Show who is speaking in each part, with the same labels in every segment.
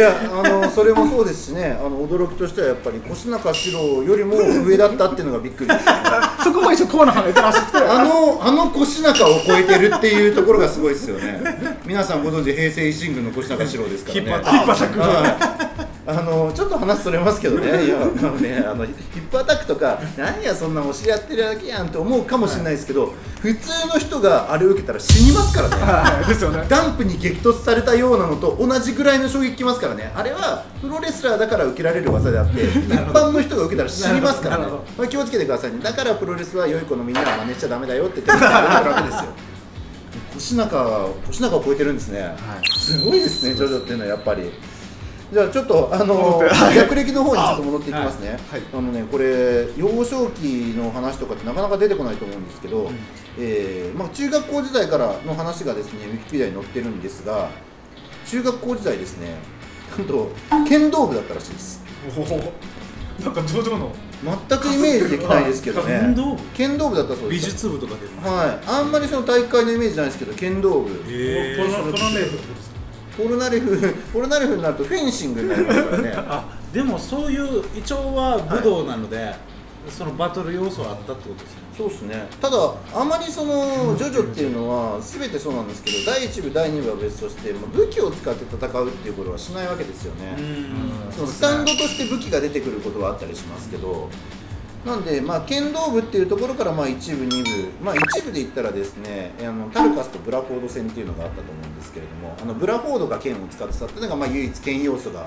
Speaker 1: いやあのそれもそうですしねあの驚きとしてはやっぱり越中史郎よりも上だったっていうのがびっくりです、
Speaker 2: そこも一緒河野さんが言ってらっしゃって
Speaker 1: あのあの越中を超えてるっていうところがすごいですよね皆さんご存知平成維新軍の越中史郎ですからね
Speaker 3: 引っ張った
Speaker 2: 引っ張ったく
Speaker 1: はいあのちょっと話それますけどね、いやあのねあのヒップアタックとか、何や、そんな教えやってるだけやんって思うかもしれないですけど、普通の人があれを受けたら死にますからね、
Speaker 2: はいですよね
Speaker 1: ダンプに激突されたようなのと同じぐらいの衝撃きますからねあれはプロレスラーだから受けられる技であ って一般の人が受けたら死にますからね
Speaker 2: なるほどなる
Speaker 1: まあ、気をつけてくださいねだからプロレスは良い子のみんなは真似しちゃダメだよって言ってるわけですよ腰中腰中を超えてるんですね、すごいですねジョジョっていうのはやっぱりじゃあちょっとあの逆歴の方にちょっと戻っていきますね、
Speaker 2: はい
Speaker 1: あのねこれ幼少期の話とかってなかなか出てこないと思うんですけど、えーまあ、中学校時代からの話がですねウィキペディアに載ってるんですが中学校時代ですねなんと剣道部だったらしいです
Speaker 3: おおなんかジョジョの
Speaker 1: 全くイメージできないですけどね
Speaker 3: 剣道部
Speaker 1: 剣道部だったそうで
Speaker 3: 美
Speaker 1: す
Speaker 3: 術部とかで
Speaker 1: はいあんまりその大会のイメージないですけど剣道部
Speaker 3: へ
Speaker 4: このこの例ってことですか
Speaker 1: ポルナレフポルナレフになるとフェンシングになりますからね
Speaker 4: あでもそういう一応は武道なので、そのバトル要素はあったってことですね
Speaker 1: そうですねただあまりそのジョジョっていうのは全てそうなんですけど第1部第2部は別として、まあ、武器を使って戦うっていうことはしないわけですよね、そのスタンドとして武器が出てくることはあったりしますけど、なんで、まあ、剣道部っていうところから、まあ、1部、2部、まあ、1部で言ったらですね、あのタルカスとブラフォード戦っていうのがあったと思うんですけれども、あのブラフォードが剣を使ってたっていうのが、まあ、唯一剣要素が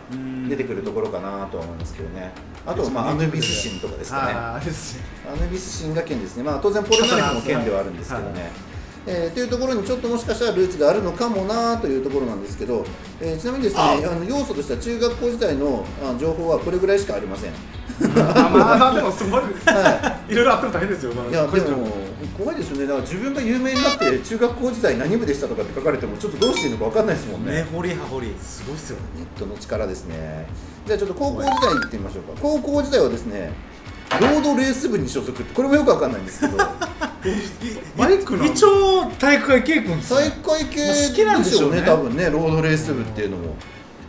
Speaker 1: 出てくるところかなとは思うんですけどね、あと、まあ、アヌビス神とかですかね。
Speaker 2: ああですね
Speaker 1: アヌビス神が剣ですね、まあ、当然ポルナレフの剣ではあるんですけどね。えーというところにちょっともしかしたらルーツがあるのかもなというところなんですけど、えーちなみにですねあの要素としては中学校時代のあ情報はこれぐらいしかありません。
Speaker 2: あまあまあでもすごい
Speaker 1: はい
Speaker 2: ろいろあっても大変ですよまあ
Speaker 1: い、いや
Speaker 2: これ
Speaker 1: でも怖いですよねだから自分が有名になって中学校時代何部でしたとかって書かれてもちょっとどうしていいのか分かんないですもんね
Speaker 4: 根掘り葉掘り
Speaker 2: すごいっすよね
Speaker 1: ネットの力ですねじゃあちょっと高校時代に行ってみましょうか高校時代はですねロードレース部に所属ってこれもよく分かんないんですけど
Speaker 2: マイクの
Speaker 4: 一応体育会系くんです
Speaker 1: 体
Speaker 4: ね
Speaker 1: 育会系
Speaker 4: まあ好きなんでしょうね
Speaker 1: すよ多分ねロードレース部っていうのも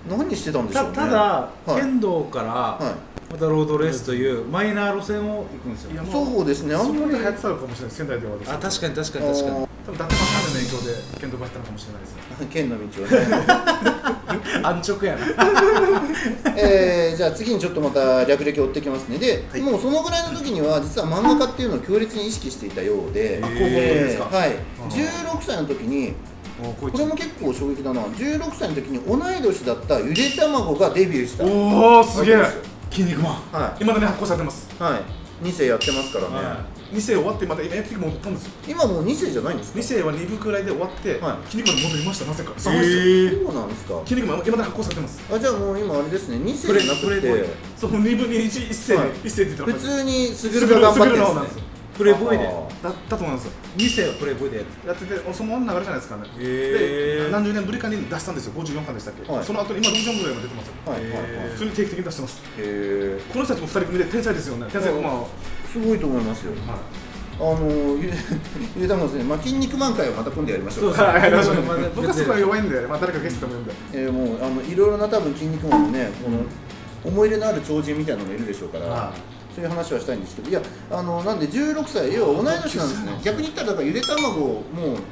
Speaker 1: 何してたんでしょう
Speaker 4: た
Speaker 1: ね
Speaker 4: ただ、
Speaker 1: はい
Speaker 4: 剣道から、
Speaker 1: は
Speaker 4: またロードレースというマイナー路線を行くんです
Speaker 2: いや
Speaker 4: よ
Speaker 1: い、
Speaker 2: も
Speaker 1: そうですねあ
Speaker 2: そ
Speaker 1: ん
Speaker 2: んな
Speaker 1: まり
Speaker 2: に流行ってたのかもしれない仙台ではです
Speaker 4: あ確かに確か
Speaker 1: あ
Speaker 4: に確か
Speaker 1: ー
Speaker 4: に
Speaker 2: 多分伊達政宗の影響で剣道部やったのかもしれないですよ
Speaker 1: 剣の道をね
Speaker 4: 安直やな
Speaker 1: えーじゃあ次にちょっとまた略歴を追っていきますねで、もうそのぐらいの時には実は漫画家っていうのを強烈に意識していたようで、
Speaker 2: あ高校の時ですか
Speaker 1: はい、16歳の時に
Speaker 2: おーこい
Speaker 1: これも結構衝撃だな16歳の時に同い年だったゆで卵がデビューした
Speaker 2: おおすげえ
Speaker 4: 筋肉マン
Speaker 1: は
Speaker 2: 今だね発行されてます
Speaker 1: い、はい、2世やってますからね、
Speaker 4: は
Speaker 2: 2世終わってまた今やって戻ったんですよ
Speaker 1: 今もう2世じゃないんですか
Speaker 2: 2世は2部くらいで終わって
Speaker 1: はい
Speaker 2: 筋肉マンに戻りましたなぜかす
Speaker 1: そ
Speaker 2: ごいっすよ
Speaker 1: うなんですか
Speaker 2: 筋肉マン今まで発行されてます
Speaker 1: あじゃあもう今あれですね2
Speaker 2: プ
Speaker 1: 世
Speaker 2: レ
Speaker 1: じゃな
Speaker 2: プレ
Speaker 1: く
Speaker 2: イボーイ
Speaker 1: て
Speaker 2: そう2分に 1, 一世で、
Speaker 1: はい
Speaker 2: 一世って言った
Speaker 1: 普
Speaker 2: ら
Speaker 1: 通にスグルが頑張ってるん
Speaker 2: スグ
Speaker 1: で
Speaker 2: ルの方なん
Speaker 1: すね
Speaker 2: ですよ
Speaker 4: プレイボーイで
Speaker 1: あ
Speaker 2: だったと思います
Speaker 4: 2世はプレイボーイでやって
Speaker 2: やっててその流れじゃないですかね
Speaker 4: へー
Speaker 2: で何十年ぶりかに出したんですよ54巻でしたっけ、
Speaker 1: はい
Speaker 2: その後に今64ぐらいまで出てますよ、
Speaker 1: ーはいはいはい
Speaker 2: 普通に定期的に出してます
Speaker 1: へえ
Speaker 2: この人たちも2人組で天才ですよね天才
Speaker 1: うん
Speaker 2: まあ、
Speaker 1: すごいと思いますよあのゆゆでたまですね、まあ、筋肉満開をまた今度やりましょうか
Speaker 4: そう
Speaker 2: はい
Speaker 4: そうそう
Speaker 2: はい 僕はそこは弱いんで、まあ、誰かゲストでも呼んで
Speaker 1: えーもうあのいろいろな多分筋肉マンのねこの思い入れのある超人みたいなのがいるでしょうから、
Speaker 2: はい
Speaker 1: そういう話はしたいんですけどいやあのなんで16歳要は同い年なんですね逆に言ったらだからゆで卵もう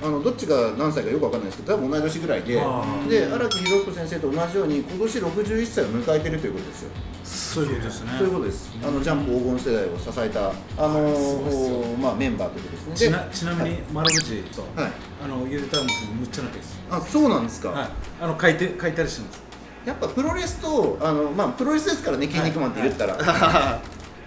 Speaker 1: あのどっちが何歳かよくわかんないですけど多分同い年ぐらいで
Speaker 2: あ
Speaker 1: で荒木宏子先生と同じように今年61歳を迎えてるということですよ
Speaker 4: そういうことですね
Speaker 1: そういうことですあのジャンプ黄金世代を支えたあの
Speaker 2: ごいっすよ
Speaker 1: まあ、メンバーということです
Speaker 4: ち
Speaker 1: ね
Speaker 4: なちなみに丸口と、
Speaker 1: で、はい、
Speaker 4: あのゆでたんですむっちゃ仲いいです
Speaker 1: あそうなんですか、
Speaker 4: はいあの書いて書いたりしてます
Speaker 1: やっぱプロレスとあの、まあ、プロレスですからね「筋肉マン」って言ったら、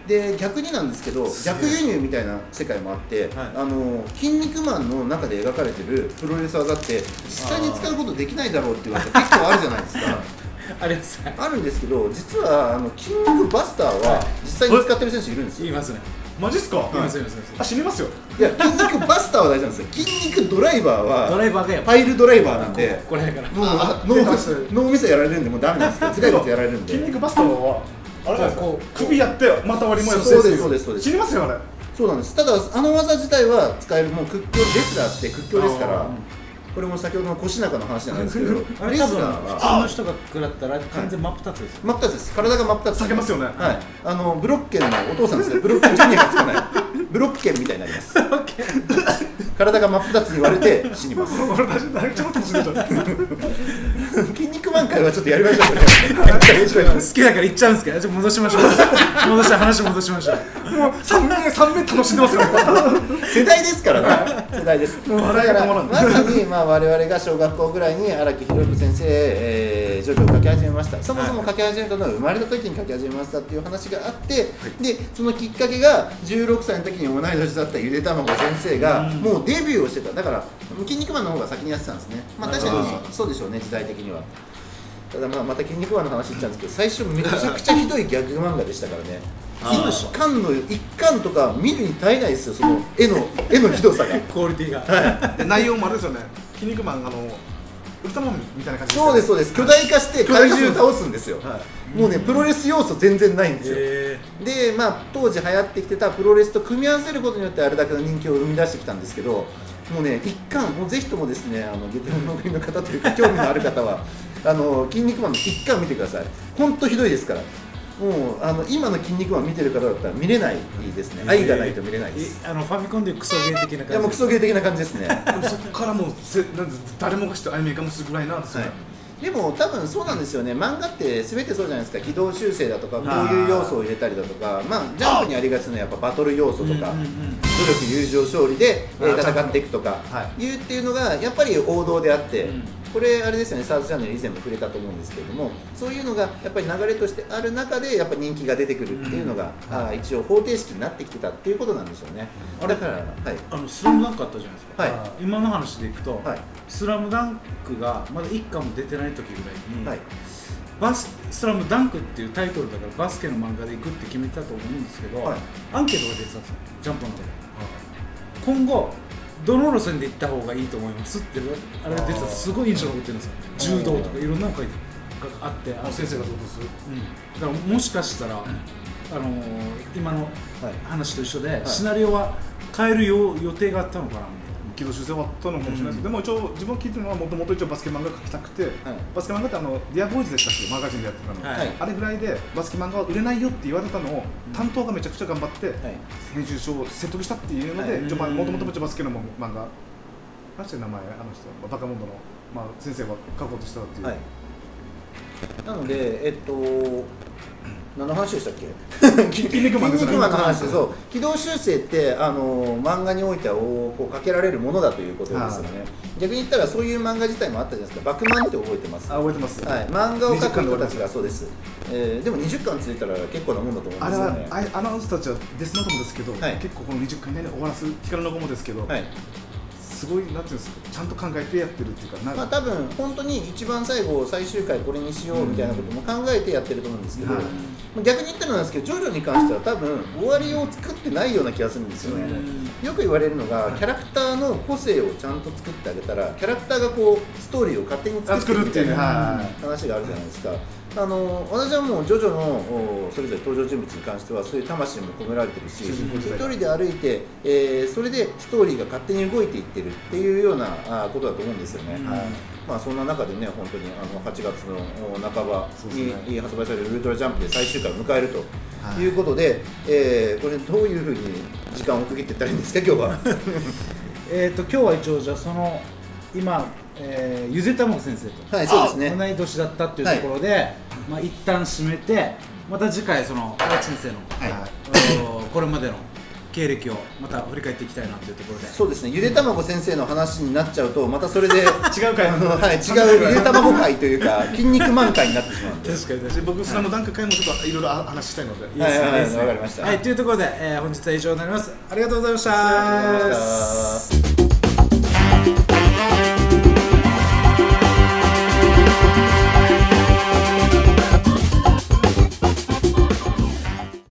Speaker 1: で逆になんですけど逆輸入みたいな世界もあって「
Speaker 4: はい
Speaker 1: あの筋肉マン」の中で描かれてるプロレス技って実際に使うことできないだろうっていう技結構あるじゃないですか
Speaker 4: ありがとうございます
Speaker 1: あるんですけど実はあの筋肉バスターは実際に使ってる選手いるんですよ
Speaker 4: 言いますね
Speaker 2: マジっすか、
Speaker 4: 言います言います言います
Speaker 2: あ死にますよ
Speaker 1: いや筋肉バスターは大事なんですよ筋肉ドライバー
Speaker 4: ド
Speaker 1: は
Speaker 4: ライバーがやっぱ
Speaker 1: パイルドライバーなんで
Speaker 4: これやから
Speaker 1: もう
Speaker 2: あ
Speaker 1: 脳
Speaker 2: 出ました
Speaker 1: 脳みそやられるんでもうダメなんですけど 頭蓋骨やられるんで
Speaker 2: 筋肉バスターはあれじゃないですか
Speaker 4: こうこう
Speaker 2: 首やってまた割りもやって
Speaker 1: そうですそうですそうです
Speaker 2: 死にますよあれ
Speaker 1: そうなんです。ただあの技自体は使えるもう屈強レスラーって屈強ですから、これも先ほどの腰中の話じゃないですけどレス
Speaker 4: あ
Speaker 1: ラ
Speaker 4: れ多分
Speaker 1: ー
Speaker 4: 普
Speaker 1: は
Speaker 4: 通の人が食らったら完全真っ二つですよ、
Speaker 1: 真っ二つです体が真っ二つ
Speaker 2: 避けますよね
Speaker 1: はいあのブロッケンのお父さんですねブロッケン筋肉がつかないブロッケンみたいになります体が真っ二つに割れて死にます
Speaker 2: 俺たち誰ちょっと忘れちゃった
Speaker 1: 筋肉満開はちょっとやりましょうね
Speaker 4: 好きだから行っちゃうんですけどじゃあ戻しましょう 戻して話戻しましょう
Speaker 2: もう3名3名楽しんでますから
Speaker 1: 世代ですからね世代です
Speaker 2: もう笑いが止まらん
Speaker 1: だからまさに、まあ、我々が小学校ぐらいに荒木宏之先生、えー、ジョジョを書き始めましたそもそも書き始めたのは生まれた時に書き始めましたっていう話があって、でそのきっかけが16歳の時に同い年だったゆで卵先生がもうデビューをしてただから「筋肉マン」の方が先にやってたんですねまあ確かにそうでしょうね時代的には。ただまあまた筋肉マンの話言っちゃうんですけど最初めちゃくちゃひどいギャグ漫画でしたからね
Speaker 4: あー
Speaker 1: 一巻の一巻とか見るに耐えないですよその絵の絵のひどさが
Speaker 4: クオリティが
Speaker 2: で内容もあれですよね筋肉マンあのウルトラマンみたいな感じ
Speaker 1: そうですそうです巨大化して怪獣倒すんですよ、
Speaker 2: は
Speaker 1: もうねプロレス要素全然ないんですよ、
Speaker 4: え
Speaker 1: でまあ当時流行ってきてたプロレスと組み合わせることによってあれだけの人気を生み出してきたんですけどもうね一巻もうぜひともですねあのゲテモノ国の方と いうか興味のある方はあの筋肉マンの一巻見てください本当ひどいですからもうあの今の筋肉マン見てる方だったら見れないですね
Speaker 4: ー
Speaker 1: 愛がないと見れないです、
Speaker 4: えあのファミコンでいうクソゲー的な感じ
Speaker 1: いやもうクソゲー的な感じですね
Speaker 2: でもそこからもうせなんて誰もが知ってアニメ化もするぐらいなんですよね、
Speaker 1: でも多分そうなんですよね漫画って全てそうじゃないですか軌道修正だとかこういう要素を入れたりだとかまあジャンプにありがちなやっぱバトル要素とか、
Speaker 4: うんうんうん
Speaker 1: 努力友情勝利で、えー
Speaker 2: あー
Speaker 1: 戦っていくとか
Speaker 2: は
Speaker 1: いうっていうのがやっぱり王道であって、
Speaker 4: うん
Speaker 1: これあれですよねサードチャンネル以前も触れたと思うんですけれどもそういうのがやっぱり流れとしてある中でやっぱ人気が出てくるっていうのが、あー一応方程式になってきてたっていうことなんでしょうね、だからはい
Speaker 4: あのスラムダンクあったじゃないですか、
Speaker 1: はい
Speaker 2: あ
Speaker 4: 今の話でいくと、
Speaker 1: はい
Speaker 4: スラムダンクがまだ一巻も出てない時ぐらいに、
Speaker 1: はい
Speaker 4: バススラムダンクっていうタイトルだからバスケの漫画で行くって決めてたと思うんですけど、
Speaker 1: はい
Speaker 4: アンケートが出てたんですよジャンプの中で今後どの路線で行った方がいいと思いますっていうあれが出てたすごい印象が残ってるんですよ柔道とかいろんなの書いてがあってあ
Speaker 2: あ
Speaker 4: の
Speaker 2: の先生がどうする
Speaker 4: うん、だからもしかしたら、あのー今の
Speaker 1: はい
Speaker 4: 話と一緒で、
Speaker 1: い
Speaker 4: シナリオは変えるよ予定があったのかなみ
Speaker 2: 軌道修正終わったのかもしれないですけど、でも一応自分が聞いてるのはもともと一応バスケ漫画描きたくて、バスケ漫画ってあのディアボーイズでしたっけマガジンでやってたの、
Speaker 4: たいな、
Speaker 1: はい
Speaker 2: あれぐらいでバスケ漫画は売れないよって言われたのを担当がめちゃくちゃ頑張って
Speaker 1: はい
Speaker 2: 編集長を説得したっていうの
Speaker 1: は
Speaker 2: で
Speaker 1: い
Speaker 2: 一応まあもともとバスケの漫画何ていう名前あの人バカモンドの、まあ、先生は書こうとしてたっていう、
Speaker 1: はい、なので、えっと、何の話でしたっけ
Speaker 2: 筋肉マンです
Speaker 1: 筋
Speaker 2: よね
Speaker 1: 肉マンの話でそう軌道修正ってあの漫画においてはおこうかけられるものだということですよね逆に言ったらそういう漫画自体もあったじゃないですか「バクマン」って覚えてます
Speaker 2: あ
Speaker 1: はい
Speaker 2: 覚えてます、
Speaker 1: 漫画を描く人たち
Speaker 2: 20巻
Speaker 1: がそうです、えーでも20巻ついたら結構なもんだと思うん
Speaker 2: あ
Speaker 1: で
Speaker 2: れ
Speaker 1: すよ
Speaker 2: は
Speaker 1: ね
Speaker 2: あいあの人たちはデスノートもですけど、
Speaker 1: はい
Speaker 2: 結構この20回以内で終わらす光の子もですけど、
Speaker 1: はい
Speaker 2: すごいなんていうんですかちゃんと考えてやってるっていうかなん
Speaker 1: まあ、
Speaker 2: か
Speaker 1: 多分本当に一番最後最終回これにしようみたいなことも考えてやってると思うんですけど、
Speaker 2: はい
Speaker 1: 逆に言ったらなんですけどジョジョに関しては多分終わりを作ってないような気がするんですよね、よく言われるのがキャラクターの個性をちゃんと作ってあげたらキャラクターがこうストーリーを勝手に
Speaker 2: あ
Speaker 1: 作
Speaker 2: 作
Speaker 1: って
Speaker 2: る
Speaker 1: み
Speaker 2: って
Speaker 1: た
Speaker 2: いう
Speaker 1: い
Speaker 2: ね、
Speaker 1: な
Speaker 2: はい
Speaker 1: 話があるじゃないですか、あの私はもうジョジョのおそれぞれ登場人物に関してはそういう魂も込められてるし
Speaker 2: 主人公時
Speaker 1: 一
Speaker 2: 代
Speaker 1: 人で歩いて、えーそれでストーリーが勝手に動いていってるっていうようなあーことだと思うんですよね、
Speaker 4: うん
Speaker 1: はいまあ、そんな中でね本当にあの8月のお半ば
Speaker 2: そう
Speaker 1: に
Speaker 2: ですね
Speaker 1: に発売される「ウルトラジャンプ」で最終回を迎えると。
Speaker 2: はい
Speaker 1: いうことで、えーこれどういうふうに時間を区切っていったらいいんですか今日 は
Speaker 4: えっ、と今日は一応じゃあその今、えーゆでたまご先生と、
Speaker 1: はいそうですね
Speaker 4: 同い年だったっていうところで、まあ一旦締めてまた次回その荒木先生の、
Speaker 1: はい
Speaker 2: はい
Speaker 4: あのーこれまでの経歴をまた振り返っていきたいなというところで
Speaker 1: そうですねゆでたまご先生の話になっちゃうとまたそれで
Speaker 2: 違う回
Speaker 1: あの、はい、違うゆでたまご会というか筋肉満会になってしまうんで
Speaker 4: 確かに確か
Speaker 2: で僕、スラムダンク会もちょっといろいろ話したいので。
Speaker 4: いいですね
Speaker 1: はいはいはい
Speaker 4: いいですね
Speaker 1: わかりました
Speaker 4: はいというところで、えー本日は以上になりますありがとうございました
Speaker 1: ありがとうございました